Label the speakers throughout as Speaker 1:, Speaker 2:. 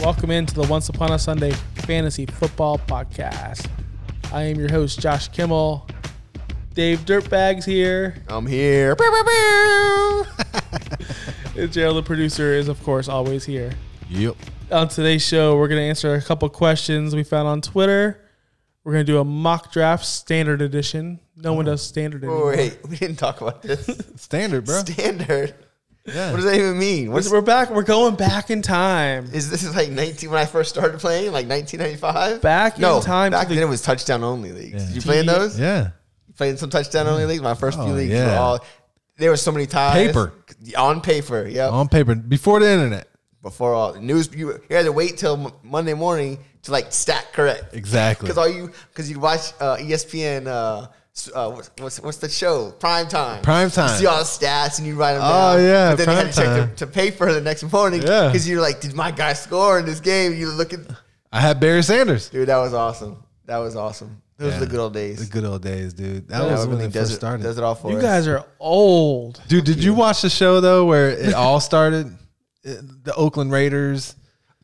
Speaker 1: Welcome into the Once Upon a Sunday Fantasy Football Podcast. I am your host, Josh Kimmel. Dave Dirtbag's here.
Speaker 2: I'm here.
Speaker 1: And Gerald, the producer, is of course always here.
Speaker 2: yep.
Speaker 1: On today's show, we're going to answer a couple questions we found on Twitter. We're going to do a mock draft standard edition. No one does standard anymore.
Speaker 2: Oh. Wait, we didn't talk about this.
Speaker 3: Standard, bro.
Speaker 2: Standard.
Speaker 3: yeah.
Speaker 2: What does that even mean? What's,
Speaker 1: We're back. We're going back in time.
Speaker 2: is this like 19 when I first started playing, like 1995?
Speaker 1: Back in
Speaker 2: no,
Speaker 1: time
Speaker 2: Back
Speaker 1: for the-
Speaker 2: then it was touchdown only leagues. Did you play in those?
Speaker 3: yeah.
Speaker 2: Playing some touchdown only leagues. My first few
Speaker 3: Oh,
Speaker 2: leagues were
Speaker 3: yeah.
Speaker 2: all. There were so many ties.
Speaker 3: Paper.
Speaker 2: On paper, yeah.
Speaker 3: On paper before the internet.
Speaker 2: Before all news, you, you had to wait till Mo- Monday morning to like stack correct.
Speaker 3: Exactly.
Speaker 2: Because all you, because you'd watch uh, ESPN. Uh, s- uh, what's, what's what's the show? Prime time.
Speaker 3: Prime time.
Speaker 2: You see all the stats and you write them
Speaker 3: Oh,
Speaker 2: down.
Speaker 3: yeah,
Speaker 2: But then you
Speaker 3: prime
Speaker 2: had to check
Speaker 3: time.
Speaker 2: the, to paper the next morning.
Speaker 3: Yeah.
Speaker 2: Because you're like, did my guy score in this game? You look at,
Speaker 3: I had Barry Sanders.
Speaker 2: dude, that was awesome. That was awesome. Those
Speaker 3: Yeah.
Speaker 2: were the good old days.
Speaker 3: The good old days, dude. That
Speaker 2: That
Speaker 3: was
Speaker 2: really
Speaker 3: when it
Speaker 2: does
Speaker 3: first
Speaker 2: it,
Speaker 3: started.
Speaker 2: Does it all for
Speaker 1: You
Speaker 2: us.
Speaker 1: guys are old.
Speaker 3: dude, did you watch the show though where it all started? It- the Oakland Raiders,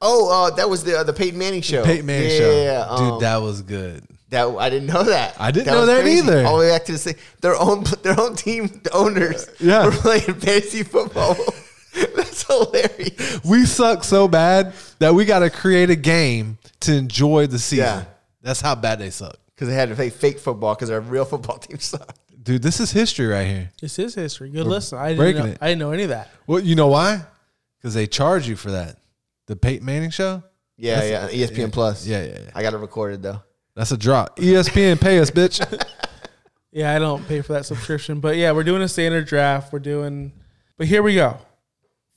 Speaker 2: Oh, uh, that was the uh, the Peyton Manning show.
Speaker 3: Peyton Manning
Speaker 2: yeah,
Speaker 3: show.
Speaker 2: Yeah, yeah. Um,
Speaker 3: dude, that was good.
Speaker 2: That I didn't know that.
Speaker 3: I didn't
Speaker 2: was
Speaker 3: know that either.
Speaker 2: All the way back to the same, their own their own team owners
Speaker 3: Yeah.
Speaker 2: were playing fantasy football. That's hilarious.
Speaker 3: We suck so bad that we got to create a game to enjoy the season.
Speaker 2: Yeah.
Speaker 3: That's how bad they suck.
Speaker 2: Because they had to play fake football because our real football team sucked.
Speaker 3: Dude, this is history right here.
Speaker 1: This is history. Good listen. I didn't,
Speaker 3: breaking
Speaker 1: know,
Speaker 3: it.
Speaker 1: I didn't know any of that.
Speaker 3: Well, you know why? Because they charge you for that. The Peyton Manning show?
Speaker 2: Yeah, E yeah. ESPN Plus.
Speaker 3: Yeah, yeah, yeah.
Speaker 2: I got it recorded though.
Speaker 3: That's a drop. E ESPN pay us, bitch.
Speaker 1: Yeah, I don't pay for that subscription. But yeah, we're doing a standard draft. We're doing, but here we go.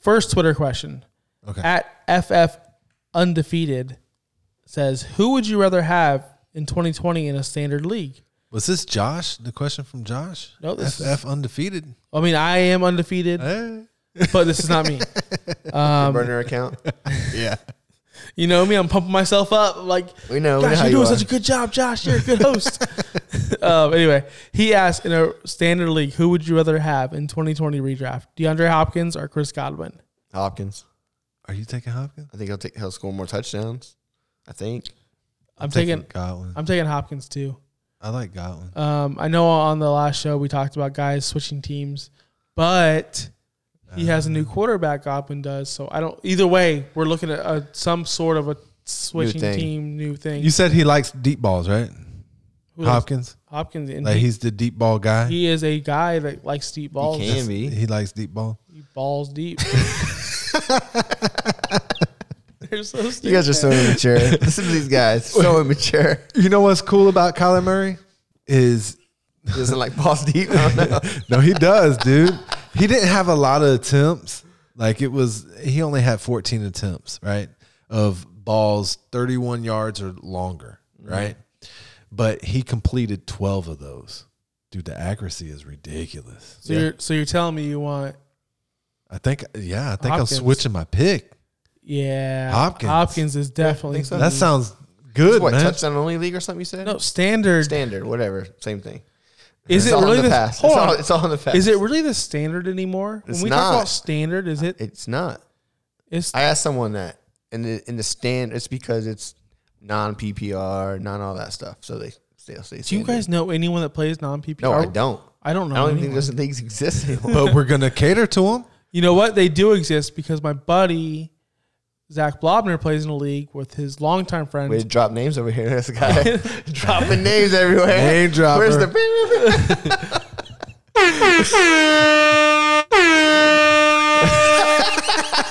Speaker 1: First Twitter question.
Speaker 3: Okay.
Speaker 1: At FF Undefeated says, Who would you rather have in 2020 in a standard league?
Speaker 3: Was this Josh? The question from Josh?
Speaker 1: No, this
Speaker 3: FF undefeated.
Speaker 1: I mean, I am undefeated,
Speaker 3: Eh.
Speaker 1: but this is not me.
Speaker 2: burner account.
Speaker 3: Yeah.
Speaker 1: You know me, I'm pumping myself up. I'm like,
Speaker 2: We know, we know
Speaker 1: Gosh,
Speaker 2: how
Speaker 1: you're
Speaker 2: you
Speaker 1: doing
Speaker 2: are."
Speaker 1: such a good job, Josh. You're a good host. um, anyway, he asked in a standard league, who would you rather have in 2020 redraft? DeAndre Hopkins or Chris Godwin?
Speaker 2: Hopkins.
Speaker 3: Are you taking Hopkins?
Speaker 2: I think he'll take he'll score more touchdowns. I think.
Speaker 1: I'm, taking,
Speaker 3: Godwin.
Speaker 1: I'm taking Hopkins too.
Speaker 3: I like Godwin.
Speaker 1: Um, I know on the last show we talked about guys switching teams, but he has a new quarterback. Godwin does, so I don't. Either way, we're looking at a, some sort of a switching
Speaker 2: thing.
Speaker 1: team, new thing.
Speaker 3: You said he likes deep balls, right?
Speaker 1: Who else?
Speaker 3: Hopkins.
Speaker 1: Hopkins, and
Speaker 3: Like
Speaker 1: he,
Speaker 3: he's the deep ball guy.
Speaker 1: he is a guy that likes deep balls.
Speaker 2: He can be.
Speaker 3: He likes deep ball.
Speaker 1: He balls deep. They're so
Speaker 2: You guys are so immature. Listen to these guys. So immature.
Speaker 3: You know what's cool about Kyler Murray is
Speaker 2: He doesn't like balls deep. I don't know.
Speaker 3: no, he does, dude. He didn't have a lot of attempts. Like it was, he only had 14 attempts, right? Of balls 31 yards or longer, right? But he completed 12 of those. Dude, the accuracy is ridiculous.
Speaker 1: So you're so you're telling me you want
Speaker 3: I think, yeah, I think
Speaker 1: Hopkins.
Speaker 3: I'm switching my pick.
Speaker 1: yeah
Speaker 3: Hopkins.
Speaker 1: Hopkins is definitely
Speaker 2: so.
Speaker 3: That sounds good,
Speaker 2: What
Speaker 3: man.
Speaker 2: touchdown only league or something? You said
Speaker 1: no standard.
Speaker 2: standard, whatever, same thing.
Speaker 1: is
Speaker 2: It's
Speaker 1: it
Speaker 2: all
Speaker 1: really
Speaker 2: in
Speaker 1: the,
Speaker 2: the past.
Speaker 1: hold
Speaker 2: It's
Speaker 1: on?
Speaker 2: all- it's all in the past.
Speaker 1: Is it really the standard anymore?
Speaker 2: It's
Speaker 1: when we
Speaker 2: not.
Speaker 1: talk about standard, is it?
Speaker 2: It's not.
Speaker 1: It's
Speaker 2: I asked someone that, and the, in the stand, it's because it's non PPR, non all that stuff. So they still say.
Speaker 1: do you guys know anyone that plays non PPR?
Speaker 2: No, I don't.
Speaker 1: I don't know.
Speaker 2: I don't even
Speaker 1: anyone.
Speaker 2: think those leagues exist anymore.
Speaker 3: but we're gonna cater to him.
Speaker 1: You know what? They do exist because my buddy Zach Blobner plays in a league with his longtime friend.
Speaker 2: We drop names over here. This guy dropping names everywhere.
Speaker 3: Name dropper.
Speaker 2: Where's the?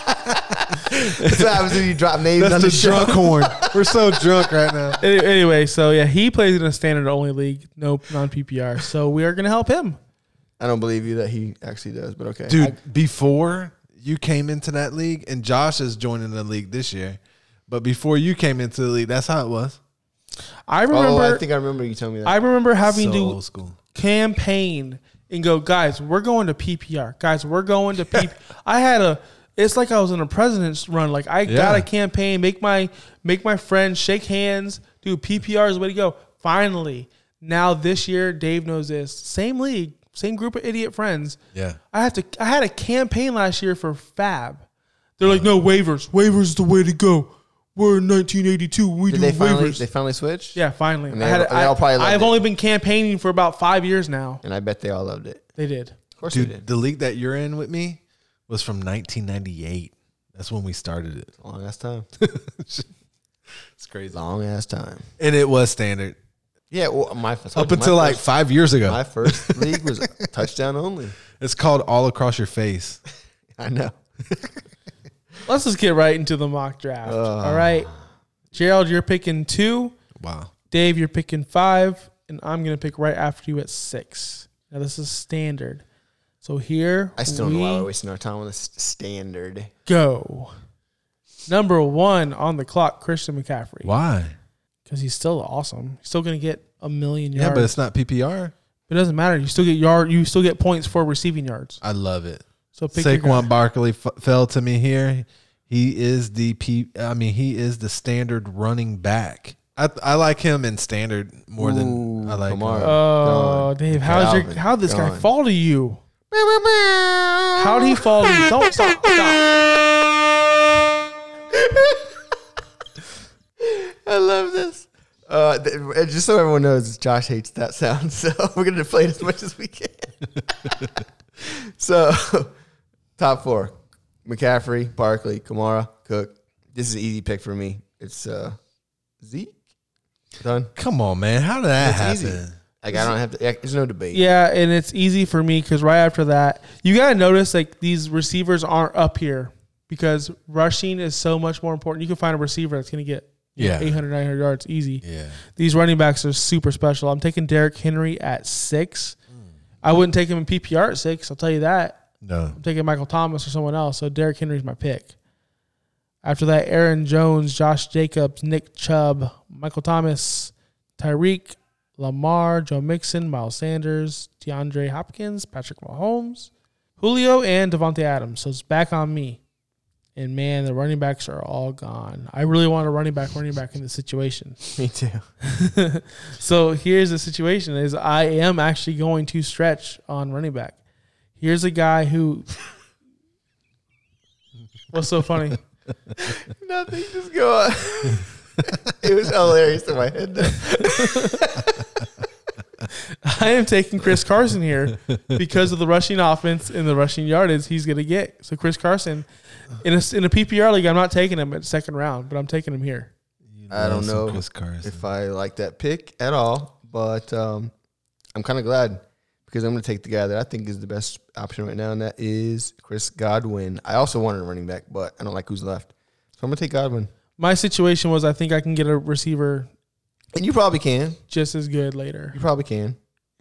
Speaker 2: That's what happens when you drop names on
Speaker 3: That's
Speaker 2: the,
Speaker 3: the
Speaker 2: show.
Speaker 3: drunk horn. We're so drunk right now.
Speaker 1: Any- Anyway, so yeah, he plays in a standard only league, no non PPR. So we are going to help him.
Speaker 2: I don't believe you that he actually does, but okay,
Speaker 3: dude. before you came into that league, and Josh is joining the league this year, but before you came into the league, that's how it was.
Speaker 1: I
Speaker 2: I,
Speaker 1: remember.
Speaker 2: oh,
Speaker 1: I,
Speaker 2: I think I remember you telling me that.
Speaker 1: remember having
Speaker 3: so
Speaker 1: to
Speaker 3: old school.
Speaker 1: campaign and go, guys, we're going to PPR. Guys, we're going to PP. I had a. It's like I was in a president's run. Like I
Speaker 3: Yeah.
Speaker 1: got a campaign, make my make my friends shake hands, do PPR is the way to go. Finally, now this year, Dave knows this. Same league, same group of idiot friends.
Speaker 3: Yeah.
Speaker 1: I have to. I had a campaign last year for Fab. They're like, no waivers. Waivers is the way to go. We're in 1982. We do
Speaker 2: Did they finally?
Speaker 1: waivers.
Speaker 2: They finally switched.
Speaker 1: yeah, finally.
Speaker 2: And they-
Speaker 1: I had,
Speaker 2: they all
Speaker 1: I-
Speaker 2: probably loved
Speaker 1: I've
Speaker 2: it.
Speaker 1: only been campaigning for about five years now.
Speaker 2: and I bet they all loved it.
Speaker 1: They did.
Speaker 2: Of course they
Speaker 3: Dude,
Speaker 2: did.
Speaker 3: the league that you're in with me was from 1998. That's when we started it.
Speaker 2: Long ass time.
Speaker 3: It's crazy,
Speaker 2: Long ass time.
Speaker 3: and it was standard
Speaker 2: Yeah, well, my first,
Speaker 3: up
Speaker 2: Oh, my
Speaker 3: until like
Speaker 2: first-
Speaker 3: five years ago.
Speaker 2: my first league was touchdown only.
Speaker 3: It's called All Across Your Face.
Speaker 2: I know.
Speaker 1: Let's just get right into the mock draft. All right. Gerald, you're picking two.
Speaker 3: Wow.
Speaker 1: Dave, you're picking five. And I'm going to pick right after you at six. Now, this is standard. So here
Speaker 2: I still
Speaker 1: we
Speaker 2: don't know why we're wasting our time on this standard.
Speaker 1: go. Number one on the clock, Christian McCaffrey.
Speaker 3: Why?
Speaker 1: Because he's still awesome. He's still going to get a million
Speaker 3: Yeah,
Speaker 1: yards.
Speaker 3: but it's not PPR.
Speaker 1: it doesn't matter. You still get yard. You still get points for receiving yards.
Speaker 3: I love it.
Speaker 1: So pick your guy.
Speaker 3: Saquon Barkley f- fell to me here. He is the P. I mean, he is the standard running back. I I like him in standard more than I like
Speaker 2: Kamara.
Speaker 3: uh,
Speaker 1: Oh,
Speaker 2: Gone.
Speaker 1: Dave, how's your
Speaker 2: Calvin,
Speaker 1: how would this guy
Speaker 2: gone.
Speaker 1: fall to you? How would he fall to you? Don't stop. stop.
Speaker 2: I love this. Uh, th- and just so everyone knows, Josh hates that sound, so we're gonna play it as much as we can. so, top four: McCaffrey, Barkley, Kamara, Cook. This is an easy pick for me. It's uh, Zeke. Done.
Speaker 3: Come on, man. How did that
Speaker 2: It's
Speaker 3: happen?
Speaker 2: easy. Like I don't have to. There's no debate.
Speaker 1: Yeah, and it's easy for me because right after that, you gotta notice like these receivers aren't up here because rushing is so much more important. You can find a receiver that's gonna get
Speaker 3: Yeah.
Speaker 1: 800, 900 yards easy.
Speaker 3: Yeah.
Speaker 1: These running backs are super special. I'm taking Derrick Henry at six.
Speaker 2: Mm.
Speaker 1: I wouldn't take him in PPR at six. I'll tell you that.
Speaker 3: No.
Speaker 1: I'm taking Michael Thomas or someone else. So Derrick Henry's my pick. After that, Aaron Jones, Josh Jacobs, Nick Chubb, Michael Thomas, Tyreek, Lamar, Joe Mixon, Miles Sanders, DeAndre Hopkins, Patrick Mahomes, Julio, and Devontae Adams. So it's back on me. And man, the running backs are all gone. I really want a running back, running back in this situation.
Speaker 2: me too.
Speaker 1: So here's the situation: is I am actually going to stretch on running back. Here's a guy who. What's so funny?
Speaker 2: Nothing. Just go on. it was hilarious in my head. Though.
Speaker 1: I am taking Chris Carson here because of the rushing offense and the rushing yardage he's going to get. So Chris Carson, in a, in a PPR league, I'm not taking him at second round, but I'm taking him here.
Speaker 2: I don't know
Speaker 3: Chris Carson.
Speaker 2: if I like that pick at all, but um, I'm kind of glad because I'm going to take the guy that I think is the best option right now, and that is Chris Godwin. I also wanted a running back, but I don't like who's left, so I'm going to take Godwin.
Speaker 1: My situation was I think I can get a receiver
Speaker 2: And you probably can.
Speaker 1: just as good later.
Speaker 2: You probably can.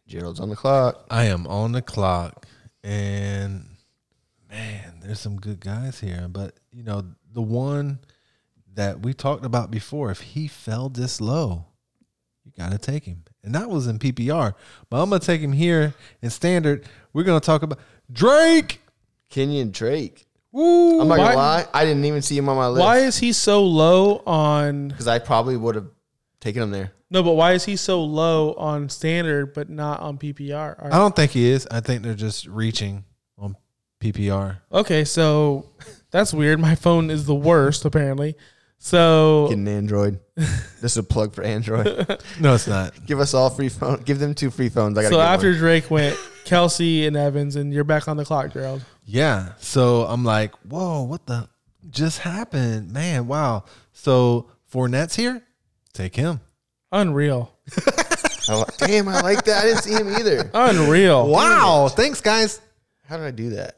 Speaker 2: Gerald's on the clock.
Speaker 3: I am on the clock, and man, there's some good guys here. But you know, the one that we talked about before, if he fell this low, you gotta take him, and that was in PPR. But I'm gonna take him here in standard. We're gonna talk about Drake.
Speaker 2: Kenyon Drake.
Speaker 3: Woo!
Speaker 2: I'm not
Speaker 1: Why-
Speaker 2: gonna lie. I didn't even see him on my
Speaker 1: Why
Speaker 2: list
Speaker 1: is he so low on
Speaker 2: because I probably would have taken him there.
Speaker 1: No, but why is he so low on standard but not on PPR? Or-
Speaker 3: I don't think he is. I think they're just reaching on PPR.
Speaker 1: okay, so that's weird. My phone is the worst apparently. So
Speaker 2: Getting Android. this is a plug for Android.
Speaker 3: No, it's not.
Speaker 2: Give us all free phone. Give them two free phones. I gotta
Speaker 1: so
Speaker 2: get
Speaker 1: after
Speaker 2: one.
Speaker 1: Drake went Kelsey and Evans, and you're back on the clock, Gerald.
Speaker 3: Yeah. So I'm like, whoa, what the? just happened? Man, wow. So Fournette's here. Take him.
Speaker 1: Unreal.
Speaker 2: I li- Oh, Damn, I like that. I didn't see him either.
Speaker 1: Unreal.
Speaker 3: Wow. Thanks, guys.
Speaker 2: How did I do that?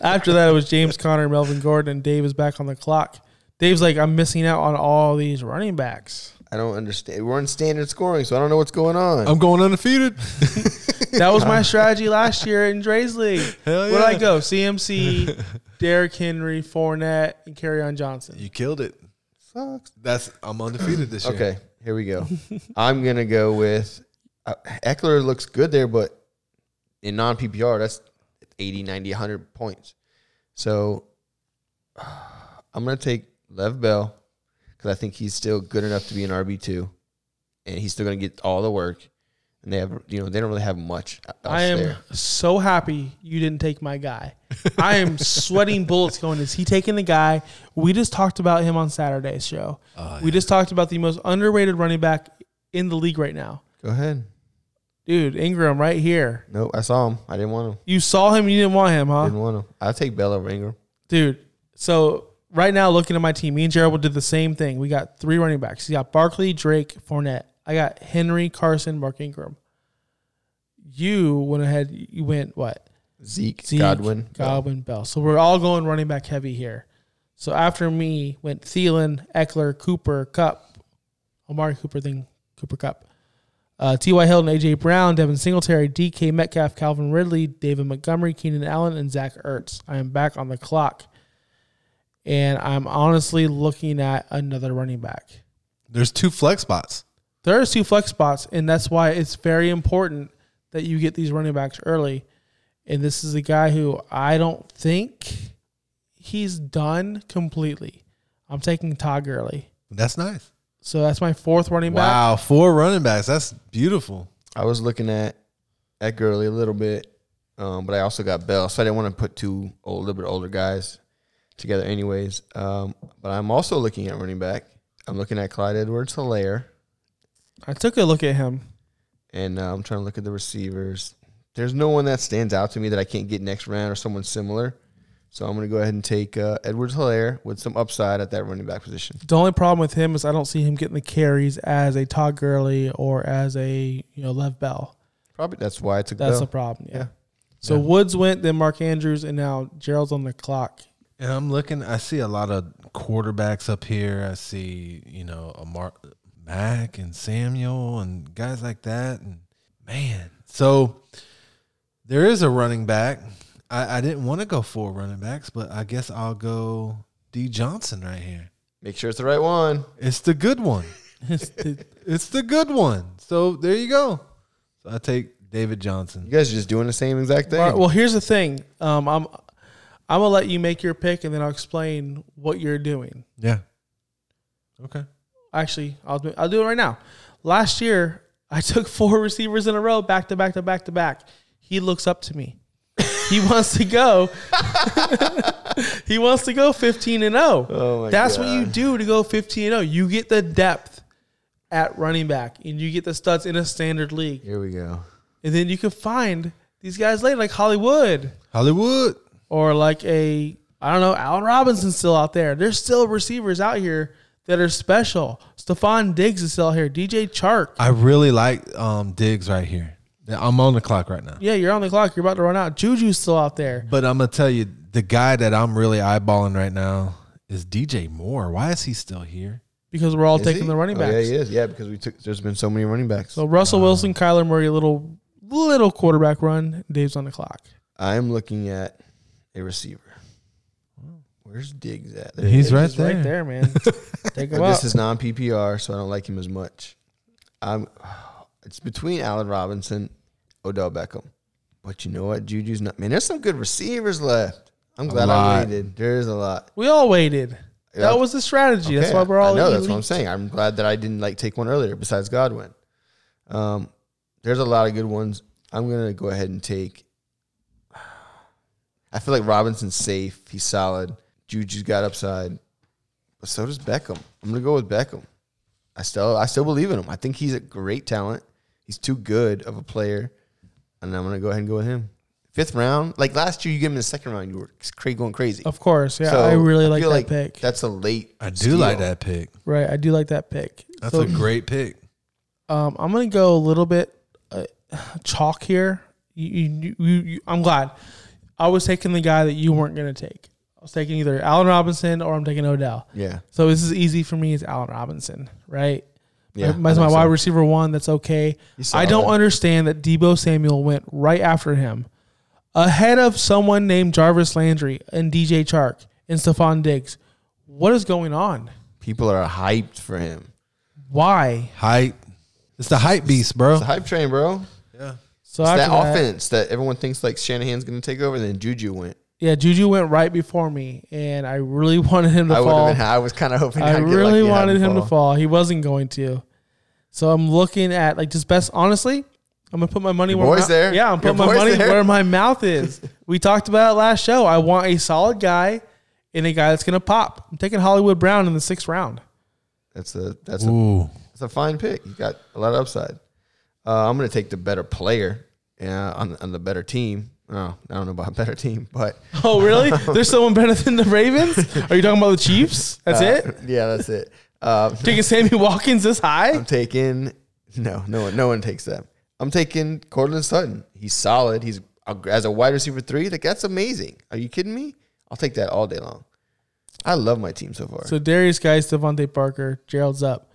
Speaker 1: After that, it was James Conner, Melvin Gordon, and Dave is back on the clock. Dave's like, I'm missing out on all these running backs.
Speaker 2: I don't understand. We're in standard scoring, so I don't know what's going on.
Speaker 1: Oh,
Speaker 3: I'm going undefeated.
Speaker 1: That was my strategy last year in Dre's league.
Speaker 3: Hell
Speaker 1: Where'd I
Speaker 3: yeah.
Speaker 1: go? CMC, Derrick Henry, Fournette, and Carryon Johnson.
Speaker 3: you killed it.
Speaker 2: Sucks.
Speaker 3: That's I'm undefeated this year.
Speaker 2: Okay, here we go. I'm gonna go with uh, Eckler looks good there, but in non PPR, that's 80, 90, 100 points. So I'm gonna take Lev Bell because I think he's still good enough to be an RB two, and he's still gonna get all the work. And they have, you know, they don't really have much. Else
Speaker 1: I am
Speaker 2: there.
Speaker 1: so happy you didn't take my guy. I am sweating bullets going, is he taking the guy? We just talked about him on Saturday's show.
Speaker 2: Oh,
Speaker 1: We just talked about the most underrated running back in the league right now.
Speaker 2: Go ahead.
Speaker 1: Dude, Ingram right here.
Speaker 2: Nope, I saw him. I didn't want him.
Speaker 1: You saw him, you didn't want him, huh?
Speaker 2: Didn't want him. I'll take Bell over Ingram.
Speaker 1: Dude, so right now looking at my team, me and Gerald did the same thing. We got three running backs. You got Barkley, Drake, Fournette. I got Henry, Carson, Mark Ingram. You went ahead. You went what?
Speaker 2: Zeke,
Speaker 1: Zeke,
Speaker 2: Godwin, Bell.
Speaker 1: Godwin, Bell. So we're all going running back heavy here. So after me went Thielen, Eckler, Cooper, Cup, Omari Cooper thing, Cooper Cup, uh, T.Y. Hilton, A.J. Brown, Devin Singletary, D.K. Metcalf, Calvin Ridley, David Montgomery, Keenan Allen, and Zach Ertz. I am back on the clock. And I'm honestly looking at another running back.
Speaker 3: There's two flex spots.
Speaker 1: There's two flex spots, and that's why it's very important that you get these running backs early. And this is a guy who I don't think he's done completely. I'm taking Todd Gurley.
Speaker 3: That's nice.
Speaker 1: So that's my fourth running back.
Speaker 3: Wow, four running backs. That's beautiful.
Speaker 2: I was looking at at Gurley a little bit, um, but I also got Bell, so I didn't want to put two old, a little bit older guys together, anyways. Um, but I'm also looking at running back. I'm looking at Clyde Edwards Hilaire,
Speaker 1: I took a look at him.
Speaker 2: and uh, I'm trying to look at the receivers. There's no one that stands out to me that I can't get next round or someone similar. So I'm going to go ahead and take uh, Edwards Hilaire with some upside at that running back position.
Speaker 1: The only problem with him is I don't see him getting the carries as a Todd Gurley or as a you know Lev Bell.
Speaker 2: Probably that's why I took
Speaker 1: That's
Speaker 2: Bell.
Speaker 1: a problem. Yeah.
Speaker 2: Yeah.
Speaker 1: So Woods went, then Mark Andrews, and now Gerald's on the clock.
Speaker 3: And I'm looking. I see a lot of quarterbacks up here. I see, you know, a Mark, Mac and Samuel and guys like that. And man, so there is a running back. I, I didn't want to go four running backs, but I guess I'll go D Johnson right here.
Speaker 2: Make sure it's the right one.
Speaker 3: It's the good one. it's the good one. So there you go. So I take David
Speaker 2: You
Speaker 3: Johnson.
Speaker 2: guys are just doing the same exact thing.
Speaker 1: All right, well, here's the thing. Um, I'm I'm gonna let you make your pick, and then I'll explain what you're doing.
Speaker 3: Yeah. Okay.
Speaker 1: Actually, I'll do, I'll do it right now. Last year, I took four receivers in a row, back to back to back to back. He looks up to me. he wants to go. he wants to go 15 and 0.
Speaker 2: Oh my
Speaker 1: That's what
Speaker 2: God.
Speaker 1: you do to go 15 and 0. You get the depth at running back, and you get the studs in a standard league,
Speaker 2: Here we go.
Speaker 1: and then you can find these guys later, like Hollywood.
Speaker 3: Hollywood.
Speaker 1: or like a I don't know, Allen Robinson's still out there. There's still receivers out here that are special. Stephon Diggs is still out here. DJ Chark.
Speaker 3: I really like um, Diggs right here. I'm on the clock right now.
Speaker 1: Yeah, you're on the clock. You're about to run out. Juju's still out there.
Speaker 3: But I'm gonna tell you, the guy that I'm really eyeballing right now is DJ Moore. Why is he still here?
Speaker 1: Because we're all
Speaker 2: Is
Speaker 1: taking
Speaker 2: he?
Speaker 1: the running
Speaker 2: Oh,
Speaker 1: backs.
Speaker 2: yeah, he is. Yeah, because we took. There's been so many running backs.
Speaker 1: So Russell Wilson, Kyler Murray, little little quarterback run. Dave's on the clock.
Speaker 2: I'm looking at a receiver. Where's Diggs at? There he
Speaker 3: He's
Speaker 2: is.
Speaker 3: right
Speaker 1: He's
Speaker 3: there.
Speaker 1: right there, man. Take him
Speaker 2: But
Speaker 1: out.
Speaker 2: this is non PPR, so I don't like him as much. I'm. It's between Allen Robinson, Odell Beckham, but you know what? Juju's not. Man, there's some good receivers left. I'm glad I
Speaker 3: lot.
Speaker 2: waited. There is a lot.
Speaker 1: we all waited.
Speaker 2: Yeah.
Speaker 1: That was the strategy. that's
Speaker 2: Okay,
Speaker 1: why we're all.
Speaker 2: I know. That's what I'm
Speaker 1: elite.
Speaker 2: saying. I'm glad that I didn't like take one earlier. Besides Godwin, um, there's a lot of good ones. I'm gonna go ahead and take. I feel like Robinson's safe. He's solid. Juju's got upside, but so does Beckham. I'm gonna go with Beckham. I still, I still believe in him. I think he's a great talent. He's too good of a player, and I'm gonna go ahead and go with him. fifth round. Like last year, you get him in the second round. You were cra- going crazy.
Speaker 1: Of course, yeah.
Speaker 2: So,
Speaker 1: I really like that
Speaker 2: feel
Speaker 1: pick.
Speaker 2: That's a late.
Speaker 3: I do
Speaker 2: steal.
Speaker 3: like that pick.
Speaker 1: right, I do like that pick.
Speaker 3: That's
Speaker 1: So,
Speaker 3: a great pick.
Speaker 1: Um, I'm gonna go a little bit uh, chalk here. You, you, you, you, I'm glad. I was taking the guy that you weren't gonna take. I was taking either Allen Robinson or I'm taking Odell.
Speaker 2: Yeah.
Speaker 1: So this is easy for me. It's Allen Robinson, right?
Speaker 2: Yeah,
Speaker 1: that's
Speaker 2: I
Speaker 1: my
Speaker 2: think
Speaker 1: wide
Speaker 2: so.
Speaker 1: receiver one. That's okay. I don't
Speaker 2: solid.
Speaker 1: understand that Debo Samuel went right after him, ahead of someone named Jarvis Landry and DJ Chark and Stephon Diggs. What is going on?
Speaker 2: People are hyped for him.
Speaker 1: Why?
Speaker 3: Hype. It's the hype beast, bro.
Speaker 2: It's a hype train, bro.
Speaker 1: So
Speaker 2: It's
Speaker 1: after
Speaker 2: that offense that everyone thinks like Shanahan's going to take over. Then Juju went.
Speaker 1: yeah, Juju went right before me, and I really wanted him to
Speaker 2: I would
Speaker 1: fall.
Speaker 2: have been. I was kind of hoping.
Speaker 1: I
Speaker 2: I'd get
Speaker 1: really
Speaker 2: lucky and have
Speaker 1: wanted him to fall. He wasn't going to. So I'm looking at like just best. Honestly, I'm gonna put my money
Speaker 2: Your
Speaker 1: where my,
Speaker 2: boy's there.
Speaker 1: Yeah, I'm
Speaker 2: Your
Speaker 1: putting my
Speaker 2: boy's
Speaker 1: money
Speaker 2: there.
Speaker 1: where my mouth is. we talked about it last show. I want a solid guy and a guy that's gonna pop. I'm taking Hollywood Brown in the sixth round.
Speaker 2: That's a that's a
Speaker 3: Ooh.
Speaker 2: It's a fine pick. You got a lot of upside. Uh, I'm going to take the better player uh, on, on the better team. Oh, I don't know about better team, but
Speaker 1: Oh really? There's someone better than the Ravens? Are you talking about the Chiefs?
Speaker 2: Uh,
Speaker 1: That's it.
Speaker 2: yeah, that's it. Uh,
Speaker 1: Taking Sammy Watkins this high?
Speaker 2: I'm taking no, no one, no one takes that. I'm taking Cortland Sutton. He's solid. He's a, as a wide receiver three. Like that's amazing. Are you kidding me? I'll take that all day long. I love my team so far.
Speaker 1: So Darius Guys, Devontae Parker, Gerald's up.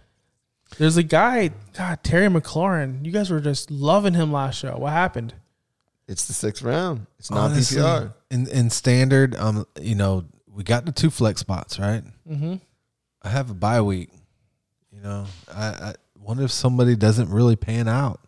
Speaker 1: There's a guy, God, Terry McLaurin. You guys were just loving him last show. What happened?
Speaker 2: it's the sixth round. It's not
Speaker 3: Honestly,
Speaker 2: PPR.
Speaker 3: in in standard, um, you know, we got the two flex spots, right? Mm-hmm. I have a bye week. You know, I, I wonder if somebody doesn't really pan out,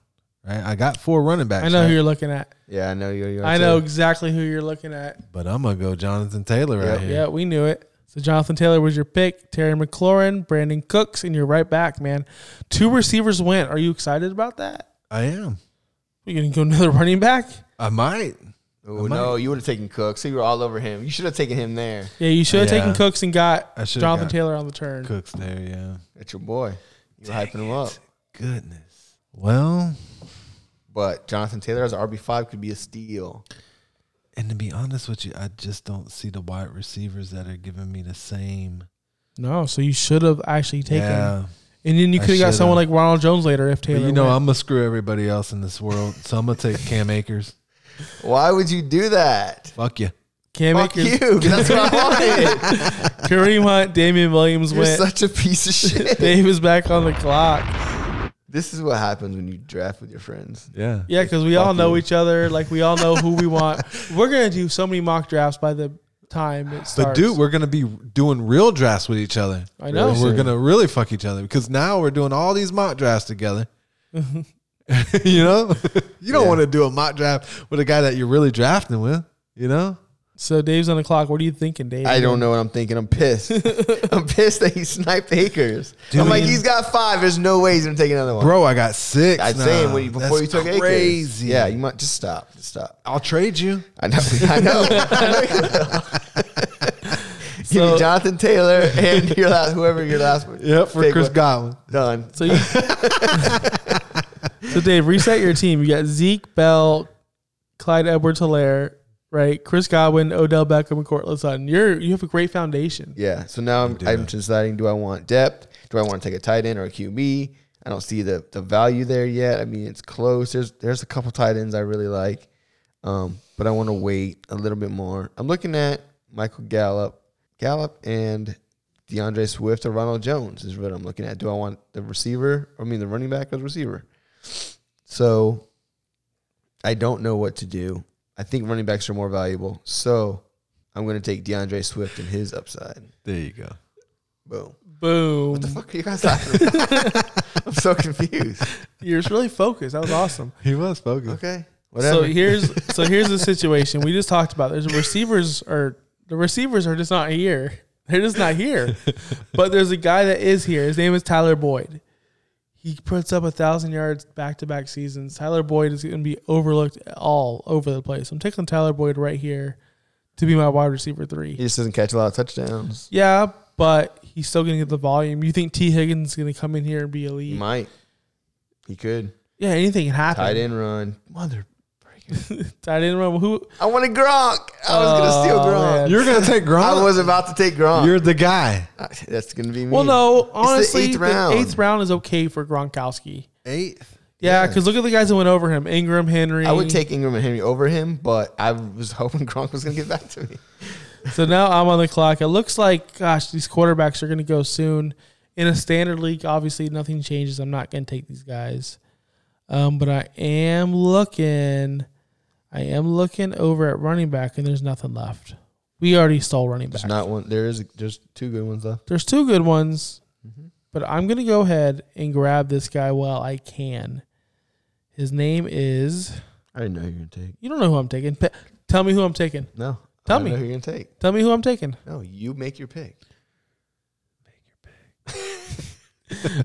Speaker 3: right? I got four running backs.
Speaker 1: I know
Speaker 3: right?
Speaker 1: who you're looking at.
Speaker 2: Yeah, I know you. you are
Speaker 1: I know
Speaker 2: too.
Speaker 1: exactly who you're looking at.
Speaker 3: but I'm gonna go Jonathan Taylor
Speaker 2: Yep.
Speaker 3: right here.
Speaker 1: Yeah, we knew it. So Jonathan Taylor was your pick, Terry McLaurin, Brandon Cooks, and you're right back, man. Two receivers went. Are you excited about that?
Speaker 3: I am.
Speaker 1: We gonna go another running back?
Speaker 3: I might.
Speaker 2: Ooh, no, you would have taken Cook. So you were all over him. You should have taken him there.
Speaker 1: Yeah, you should have
Speaker 3: Yeah.
Speaker 1: taken Cooks and got
Speaker 3: I should've
Speaker 1: Jonathan
Speaker 3: got
Speaker 1: Taylor on the turn.
Speaker 3: Cooks there, yeah.
Speaker 2: That's your boy. You hyping him up.
Speaker 3: Goodness. Well,
Speaker 2: But Jonathan Taylor as RB five could be a steal.
Speaker 3: and to be honest with you, I just don't see the wide receivers that are giving me the same.
Speaker 1: No, so you should have actually taken.
Speaker 3: Yeah.
Speaker 1: And then you
Speaker 3: I
Speaker 1: could have got
Speaker 3: should've.
Speaker 1: someone like Ronald Jones later if Taylor.
Speaker 3: But you know,
Speaker 1: went.
Speaker 3: I'm gonna screw everybody else in this world, so I'm gonna take Cam Akers.
Speaker 2: Why would you do that?
Speaker 3: Fuck you.
Speaker 1: Cam
Speaker 2: Fuck
Speaker 1: Akers,
Speaker 2: you. That's what I wanted.
Speaker 1: Kareem Hunt, Damian Williams
Speaker 2: You're
Speaker 1: went.
Speaker 2: such a piece of shit.
Speaker 1: Dave is back on the clock.
Speaker 2: this is what happens when you draft with your friends.
Speaker 3: Yeah.
Speaker 1: Yeah, because we all know each other. Like we all know who we want. We're gonna do so many mock drafts by the time it
Speaker 3: But
Speaker 1: starts.
Speaker 3: dude, we're gonna be doing real drafts with each other.
Speaker 1: I know.
Speaker 3: And we're gonna really fuck each other because now we're doing all these mock drafts together. you know, you don't want to do a mock draft with a guy that you're really drafting with. You know,
Speaker 1: so Dave's on the clock. What are you thinking, Dave?
Speaker 2: I don't know what I'm thinking. I'm pissed. I'm pissed that he sniped Akers. I'm like,
Speaker 3: Dude.
Speaker 2: he's got five. There's no way he's gonna take another one.
Speaker 3: bro, I got six.
Speaker 2: I'd
Speaker 3: now.
Speaker 2: say him when you, before
Speaker 3: That's
Speaker 2: you took Akers.
Speaker 3: crazy.
Speaker 2: Yeah, you might just stop. Just stop.
Speaker 3: I'll trade you.
Speaker 2: I know. I know. I know you will. Give me
Speaker 1: So-
Speaker 2: Jonathan Taylor and your last, whoever your last one.
Speaker 3: Yep, for
Speaker 2: pick
Speaker 3: Chris
Speaker 2: was.
Speaker 3: Godwin.
Speaker 2: Done.
Speaker 1: So, you, so Dave, reset your team. You got Zeke Bell, Clyde Edwards Hilaire, right? Chris Godwin, Odell Beckham, and Cortland Sutton. You're you have a great foundation.
Speaker 2: Yeah. So now I'm, I'm deciding: do I want depth? Do I want to take a tight end or a QB? I don't see the the value there yet. I mean, it's close. There's there's a couple tight ends I really like, um, but I want to wait a little bit more. I'm looking at Michael Gallup, Gallup, and DeAndre Swift or Ronald Jones is what I'm looking at. Do I want the receiver? I mean, the running back or the receiver? So I don't know what to do. I think running backs are more valuable. So I'm going to take DeAndre Swift and his upside.
Speaker 3: There you go.
Speaker 2: Boom.
Speaker 1: Boom.
Speaker 2: The fuck are you guys laughing about? I'm so confused.
Speaker 1: You're just really focused. That was awesome.
Speaker 3: He was focused.
Speaker 2: Okay. Whatever.
Speaker 1: So here's so here's the situation we just talked about. There's receivers are the receivers are just not here. They're just not here. but there's a guy that is here. His name is Tyler Boyd. He puts up a thousand yards back to back seasons. Tyler Boyd is going to be overlooked all over the place. I'm taking Tyler Boyd right here to be my wide receiver
Speaker 2: he
Speaker 1: three.
Speaker 2: just doesn't catch a lot of touchdowns.
Speaker 1: Yeah, but he's still going to get the volume. You think T Higgins is going to come in here and be
Speaker 2: He
Speaker 1: elite?
Speaker 2: might. He could.
Speaker 1: Yeah, anything can happen.
Speaker 2: Tight end run. Mother. freaking
Speaker 1: Tight end room. Who?
Speaker 2: I wanted Gronk. I was
Speaker 1: Oh,
Speaker 2: gonna steal Gronk.
Speaker 3: You're gonna take Gronk.
Speaker 2: I was about to take Gronk. Ah,
Speaker 3: You're the guy.
Speaker 2: That's gonna be me.
Speaker 1: Well, no.
Speaker 2: It's the
Speaker 1: Honestly,
Speaker 2: eighth round.
Speaker 1: is okay for Gronkowski.
Speaker 3: Eighth.
Speaker 1: Yeah, because look at the guys that went over him: Ingram, Henry.
Speaker 2: I would take Ingram and Henry over him, but I was hoping Gronk was gonna get back to me.
Speaker 1: So now I'm on the clock. It looks like, gosh, these quarterbacks are going to go soon. In a standard league, obviously nothing changes. I'm not going to take these guys, um, but I am looking. I am looking over at running back, and there's nothing left. We already stole running back.
Speaker 2: There's not one. There is. There's two good ones left.
Speaker 1: There's two good ones,
Speaker 2: Mm-hmm.
Speaker 1: but I'm going to go ahead and grab this guy while I can. His name is.
Speaker 2: I didn't know who you were gonna take.
Speaker 1: You don't know who I'm taking. Pe- Tell me who I'm taking.
Speaker 2: No.
Speaker 1: Tell
Speaker 2: I
Speaker 1: me.
Speaker 2: know who you're gonna take.
Speaker 1: Tell me who I'm taking.
Speaker 2: No, you make your pick.